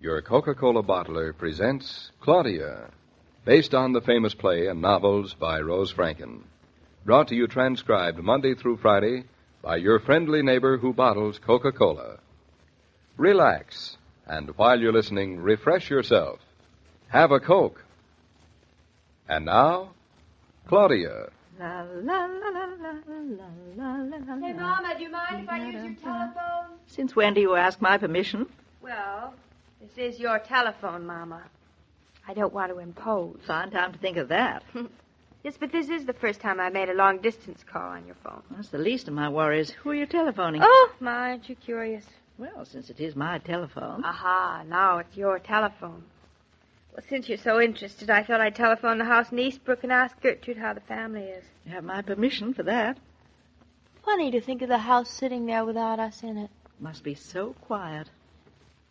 Your Coca Cola bottler presents Claudia, based on the famous play and novels by Rose Franken. Brought to you transcribed Monday through Friday by your friendly neighbor who bottles Coca Cola. Relax, and while you're listening, refresh yourself. Have a Coke. And now, Claudia. La la la la la la la la la. Hey, Mama, do you mind if I use your telephone? Since when do you ask my permission? Well, this is your telephone, Mama. I don't want to impose. Fine time to think of that. Yes, but this is the first time I made a long distance call on your phone. That's the least of my worries. Who are you telephoning? Oh, Ma, aren't you curious? Well, since it is my telephone. Aha, now it's your telephone. Well, since you're so interested, I thought I'd telephone the house in Eastbrook and ask Gertrude how the family is. You have my permission for that. Funny to think of the house sitting there without us in it. Must be so quiet.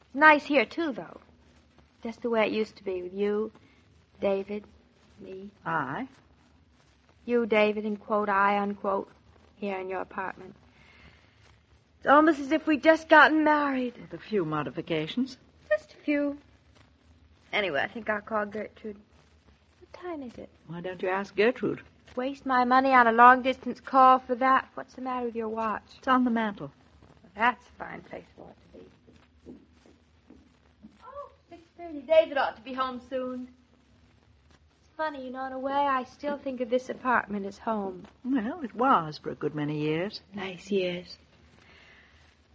It's nice here, too, though. Just the way it used to be with you, David, me. I? You, David, and quote, I, unquote, here in your apartment. It's almost as if we'd just gotten married. With a few modifications. Just a few. Anyway, I think I'll call Gertrude. What time is it? Why don't you ask Gertrude? Waste my money on a long distance call for that. What's the matter with your watch? It's on the mantel. That's a fine place for it to be. Oh, six thirty. David ought to be home soon. It's funny, you know, in a way, I still think of this apartment as home. Well, it was for a good many years. Nice years.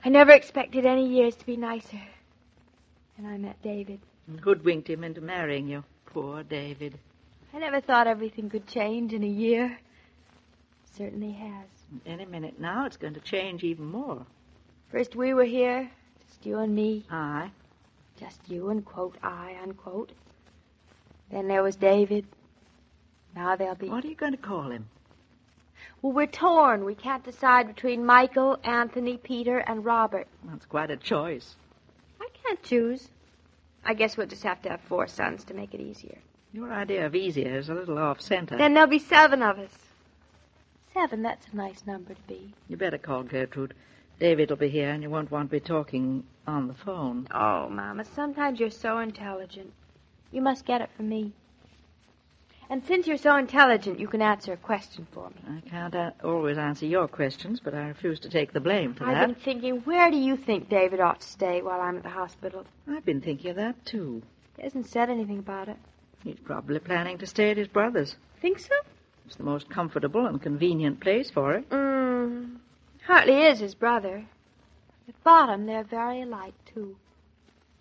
I never expected any years to be nicer. And I met David. And hoodwinked him into marrying you. Poor David. I never thought everything could change in a year. It certainly has. Any minute now, it's going to change even more. First we were here, just you and me, I? just you and quote I unquote. Then there was David. Now there'll be. What are you going to call him? Well, we're torn. We can't decide between Michael, Anthony, Peter, and Robert. That's quite a choice. I can't choose. I guess we'll just have to have four sons to make it easier. Your idea of easier is a little off center. Then there'll be seven of us. Seven, that's a nice number to be. You better call Gertrude. David will be here, and you won't want to be talking on the phone. Oh, Mama, sometimes you're so intelligent. You must get it from me. And since you're so intelligent, you can answer a question for me. I can't a- always answer your questions, but I refuse to take the blame for I've that. been thinking, where do you think David ought to stay while I'm at the hospital? I've been thinking of that, too. He hasn't said anything about it. He's probably planning to stay at his brother's. Think so? It's the most comfortable and convenient place for it. Mm. Hartley is his brother. At bottom, they're very alike, too.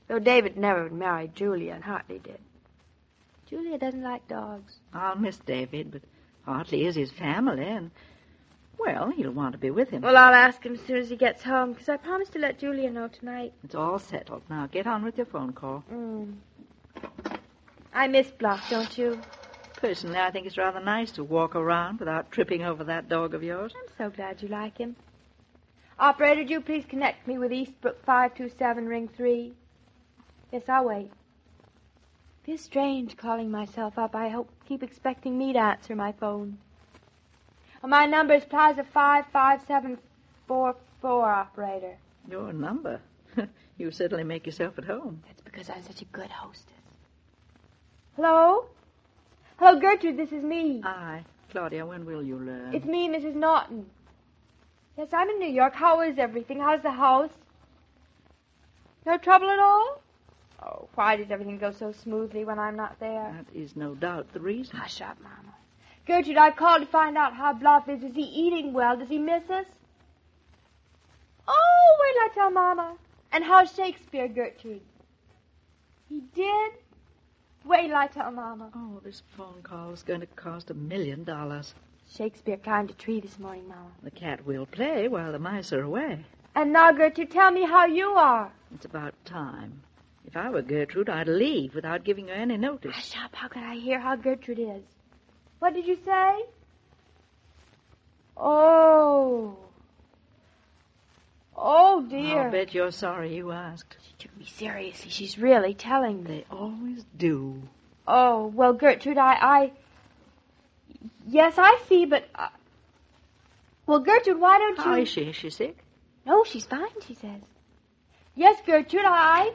Though David never married Julia, and Hartley did. Julia doesn't like dogs. I'll miss David, but Hartley is his family, and, well, he'll want to be with him. Well, I'll ask him as soon as he gets home, because I promised to let Julia know tonight. It's all settled. Now get on with your phone call. Mm. I miss Bluff, don't you? Personally, I think it's rather nice to walk around without tripping over that dog of yours. I'm so glad you like him. Operator, do you please connect me with Eastbrook 527 ring 3? Yes, I'll wait. Feels strange calling myself up. I hope keep expecting me to answer my phone. Oh, my number is Plaza 55744, operator. Your number. you certainly make yourself at home. That's because I'm such a good hostess. Hello? Hello, Gertrude, this is me. Um. Aye. Claudia, when will you learn? It's me, Mrs. Norton. Yes, I'm in New York. How is everything? How's the house? No trouble at all? Oh. Why does everything go so smoothly when I'm not there? That is no doubt the reason. Hush up, Mama. Gertrude, I called to find out how Bluff is. Is he eating well? Does he miss us? Oh, wait till I tell Mama. And how's Shakespeare, Gertrude? He did? Wait till I tell Mama. Oh, this phone call is going to cost a million dollars. Shakespeare climbed a tree this morning, Mama. The cat will play while the mice are away. And now, Gertrude, tell me how you are. It's about time. If I were Gertrude, I'd leave without giving her any notice. Hush up. How can I hear how Gertrude is? What did you say? Oh. Oh, dear. I'll bet you're sorry you asked. She took me seriously. She's really telling me. They always do. Oh, well, Gertrude, I, I. Yes, I see, but. Uh... Well, Gertrude, why don't you. How is she? Is she sick? No, she's fine, she says. Yes, Gertrude, I.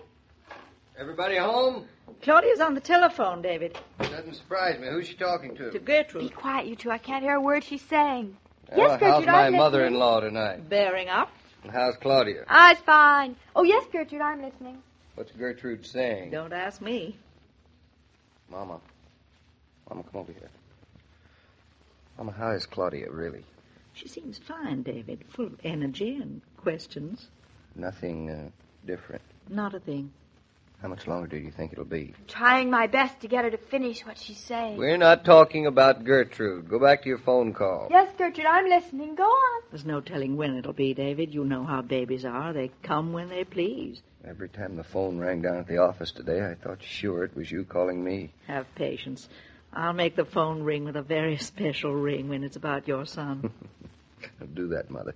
Everybody home? Claudia's on the telephone, David. Doesn't surprise me. Who's she talking To to? Be Gertrude. quiet, you two. I can't hear a word she's saying. Yes, Uh, Gertrude, how's my I'm mother in law tonight? Bearing up. And how's Claudia? Ah, I's fine. Oh, yes, Gertrude, I'm listening. What's Gertrude saying? Don't ask me. Mama. Mama, come over here. Mama, how is Claudia really? She seems fine, David. Full of energy and questions. Nothing uh, different. Not a thing. How much longer do you think it'll be? Trying my best to get her to finish what she's saying. We're not talking about Gertrude. Go back to your phone call. Yes, Gertrude, I'm listening. Go on. There's no telling when it'll be, David. You know how babies are. They come when they please. Every time the phone rang down at the office today, I thought sure it was you calling me. Have patience. I'll make the phone ring with a very special ring when it's about your son. I'll do that, Mother.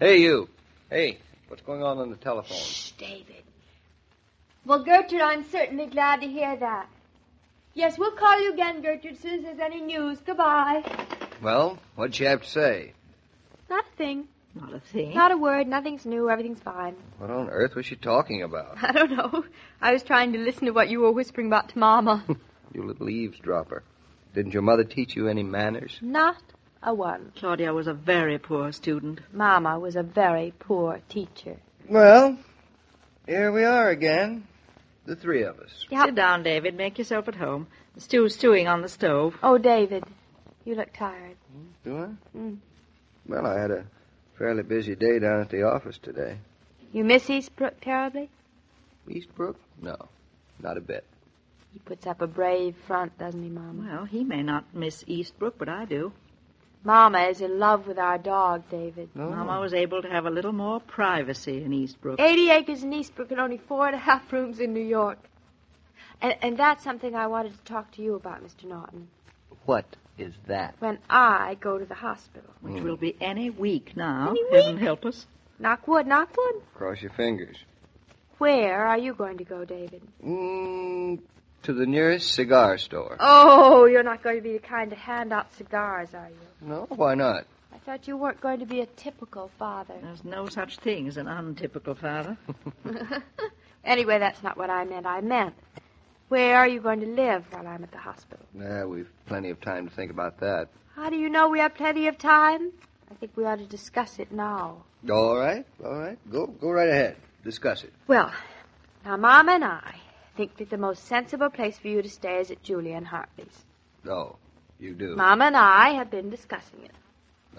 Hey, you. Hey, what's going on on the telephone? Shh, David. Well, Gertrude, I'm certainly glad to hear that. Yes, we'll call you again, Gertrude, as soon as there's any news. Goodbye. Well, what'd she have to say? Not a thing. Not a Hmm? thing. Not a word. Nothing's new. Everything's fine. What on earth was she talking about? I don't know. I was trying to listen to what you were whispering about to Mama. You little eavesdropper. Didn't your mother teach you any manners? Not a one. Claudia was a very poor student. Mama was a very poor teacher. Well, here we are again. The three of us. Yep. Sit down, David. Make yourself at home. The stew's stewing on the stove. Oh, David, you look tired. Do I? Mm. Well, I had a fairly busy day down at the office today. You miss Eastbrook terribly? Eastbrook? No, not a bit. He puts up a brave front, doesn't he, Mama? Well, he may not miss Eastbrook, but I do. Mama is in love with our dog, David. Oh. Mama was able to have a little more privacy in Eastbrook. Eighty acres in Eastbrook and only four and a half rooms in New York. And, and that's something I wanted to talk to you about, Mr. Norton. What is that? When I go to the hospital. Which will be any week now. Any Heaven help us. Knock wood, knock wood. Cross your fingers. Where are you going to go, David? Mm, to the nearest cigar store. Oh, you're not going to be the kind to hand out cigars, are you? No, why not? I thought you weren't going to be a typical father. There's no such thing as an untypical father. Anyway, that's not what I meant. I meant, where are you going to live while I'm at the hospital? Nah, we've plenty of time to think about that. How do you know we have plenty of time? I think we ought to discuss it now. All right, all right. Go, go right ahead. Discuss it. Well, now, Mom and I think that the most sensible place for you to stay is at Julia and Hartley's. Oh, you do. Mom and I have been discussing it.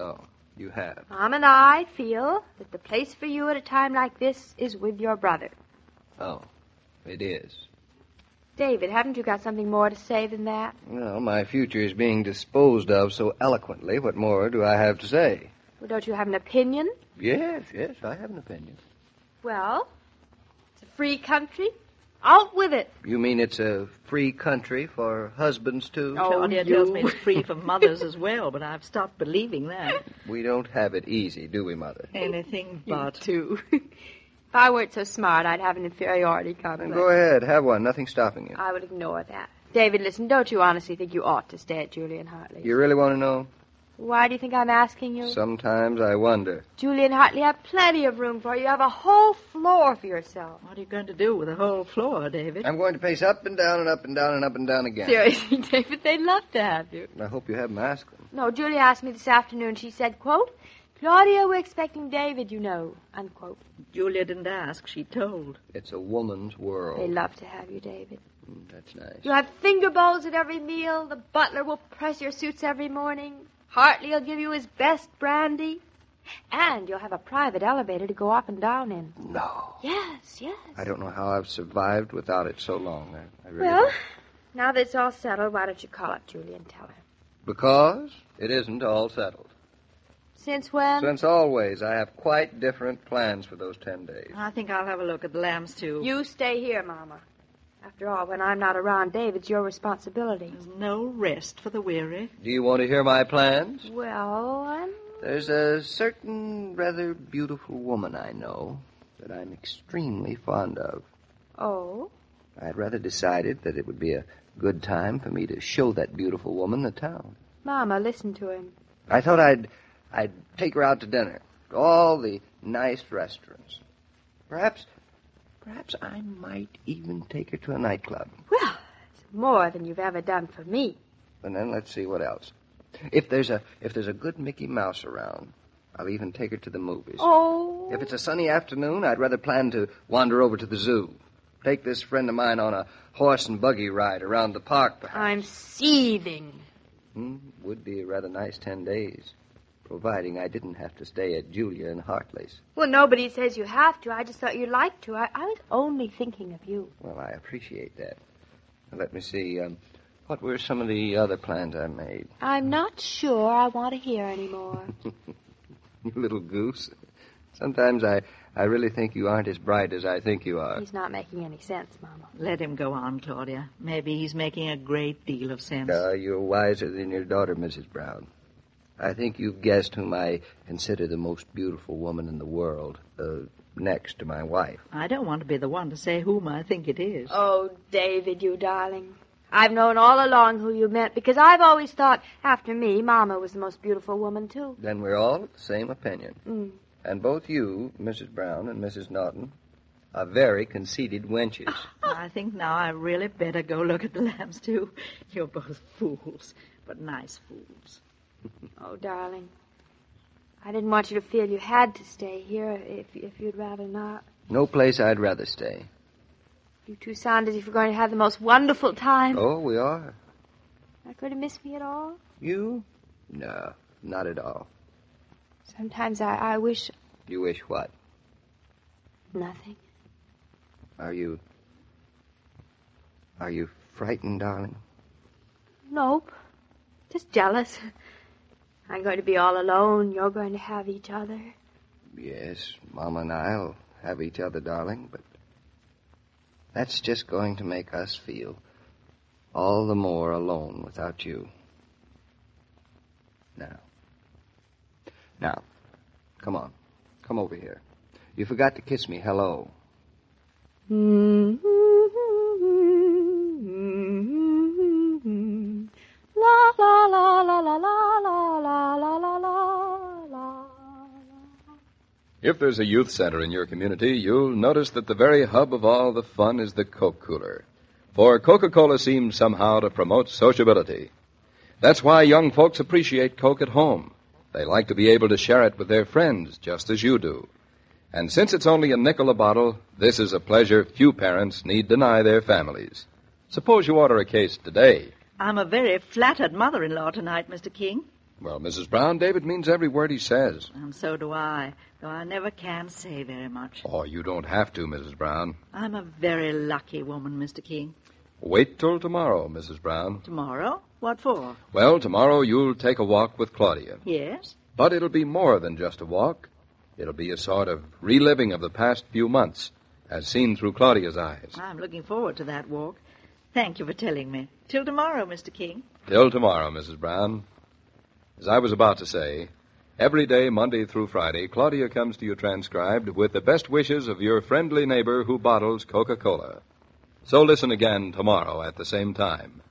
Oh, you have. Mom and I feel that the place for you at a time like this is with your brother. Oh, it is. David, haven't you got something more to say than that? Well, my future is being disposed of so eloquently. What more do I have to say? Well, don't you have an opinion? Yes, yes, I have an opinion. Well, it's a free country. Out with it. You mean it's a free country for husbands too? Claudia tells me it's free for mothers as well, but I've stopped believing that. We don't have it easy, do we, Mother? Anything but. too. if I weren't so smart, I'd have an inferiority Then complex. go ahead, have one. Nothing stopping you. I would ignore that. David, listen, don't you honestly think you ought to stay at Julian Hartley? You really want to know? Why do you think I'm asking you? Sometimes I wonder. Julian Hartley have plenty of room for you. You have a whole floor for yourself. What are you going to do with the whole floor, David? I'm going to pace up and down and up and down and up and down again. Seriously, David, they'd love to have you. I hope you have my ice cream. No, Julia asked me this afternoon. She said, quote, Claudia, we're expecting David, you know, unquote. Julia didn't ask. She told. It's a woman's They world. love to have you, David. Mm, That's nice. You'll have finger bowls at every meal. The butler will press your suits every morning. Hartley will give you his best brandy. And you'll have a private elevator to go up and down in. No. Yes, yes. I don't know how I've survived without it so long. I, I really Well, don't. now that it's all settled, why don't you call up Julie and tell her? Because it isn't all settled. Since when? Since always, I have quite different plans for those ten days. I think I'll have a look at the lambs, too. You stay here, Mama. After all, when I'm not around, David's your responsibility. There's no rest for the weary. Do you want to hear my plans? Well, I'm... There's a certain rather beautiful woman I know that I'm extremely fond of. Oh, I had rather decided that it would be a good time for me to show that beautiful woman the town. Mama, listen to him. I thought I'd I'd take her out to dinner. to All the nice restaurants. Perhaps perhaps I might even take her to a nightclub. Well, it's more than you've ever done for me. And then let's see what else. If there's a if there's a good Mickey Mouse around, I'll even take her to the movies. Oh, If it's a sunny afternoon, I'd rather plan to wander over to the zoo. Take this friend of mine on a horse and buggy ride around the park, perhaps. I'm seething. Hmm, would be a rather nice ten days, providing I didn't have to stay at Julia and Hartley's. Well, nobody says you have to. I just thought you liked to. I, I was only thinking of you. Well, I appreciate that. Now, let me see. Um, what were some of the other plans I made? I'm not sure I want to hear any more. You little goose. Sometimes I, I really think you aren't as bright as I think you are. He's not making any sense, Mama. Let him go on, Claudia. Maybe he's making a great deal of sense. Uh, you're wiser than your daughter, Mrs. Brown. I think you've guessed whom I consider the most beautiful woman in the world, uh, next to my wife. I don't want to be the one to say whom I think it is. Oh, David, you darling. I've known all along who you meant because I've always thought, after me, Mama was the most beautiful woman, too. Then we're all of the same opinion. Mm. And both you, Mrs. Brown and Mrs. Norton, are very conceited wenches. I think now I really better go look at the lambs, too. You're both fools, but nice fools. Oh, darling. I didn't want you to feel you had to stay here if, if you'd rather not. no place I'd rather stay. You two sound as if you're going to have the most wonderful time. Oh, we are. Not going to miss me at all? You? No, not at all. Sometimes I, I wish You wish what? nothing. Are you. Are you frightened, darling? Nope. Just jealous. I'm going to be all alone. You're going to have each other. Yes, Mama and I'll have each other, darling, but that's just going to make us feel all the more alone without you. Now. Now. Come on. Come over here. You forgot to kiss me hello. Mm-hmm. La la la la la la la la la la la la. If there's a youth center in your community, you'll notice that the very hub of all the fun is the Coke cooler. For Coca Cola seems somehow to promote sociability. That's why young folks appreciate Coke at home. They like to be able to share it with their friends, just as you do. And since it's only a nickel a bottle, this is a pleasure few parents need deny their families. Suppose you order a case today. I'm a very flattered mother in law tonight, Mr. King. Well, Mrs. Brown, David means every word he says. And so do I, though I never can say very much. Oh, you don't have to, Mrs. Brown. I'm a very lucky woman, Mr. King. Wait till tomorrow, Mrs. Brown. Tomorrow? What for? Well, tomorrow you'll take a walk with Claudia. Yes? But it'll be more than just a walk. It'll be a sort of reliving of the past few months, as seen through Claudia's eyes. I'm looking forward to that walk. Thank you for telling me. Till tomorrow, Mr. King. Till tomorrow, Mrs. Brown. As I was about to say, every day, Monday through Friday, Claudia comes to you transcribed with the best wishes of your friendly neighbor who bottles Coca Cola. So listen again tomorrow at the same time.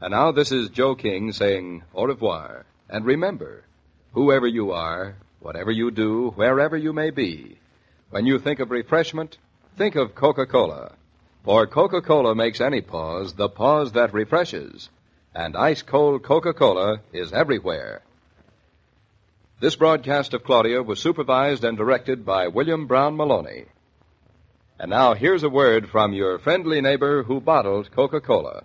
And now this is Joe King saying au revoir. And remember, whoever you are, whatever you do, wherever you may be, when you think of refreshment, think of Coca Cola. For Coca Cola makes any pause the pause that refreshes and ice cold Coca Cola is everywhere. This broadcast of Claudia was supervised and directed by William Brown Maloney. And now here's a word from your friendly neighbor who bottled Coca Cola.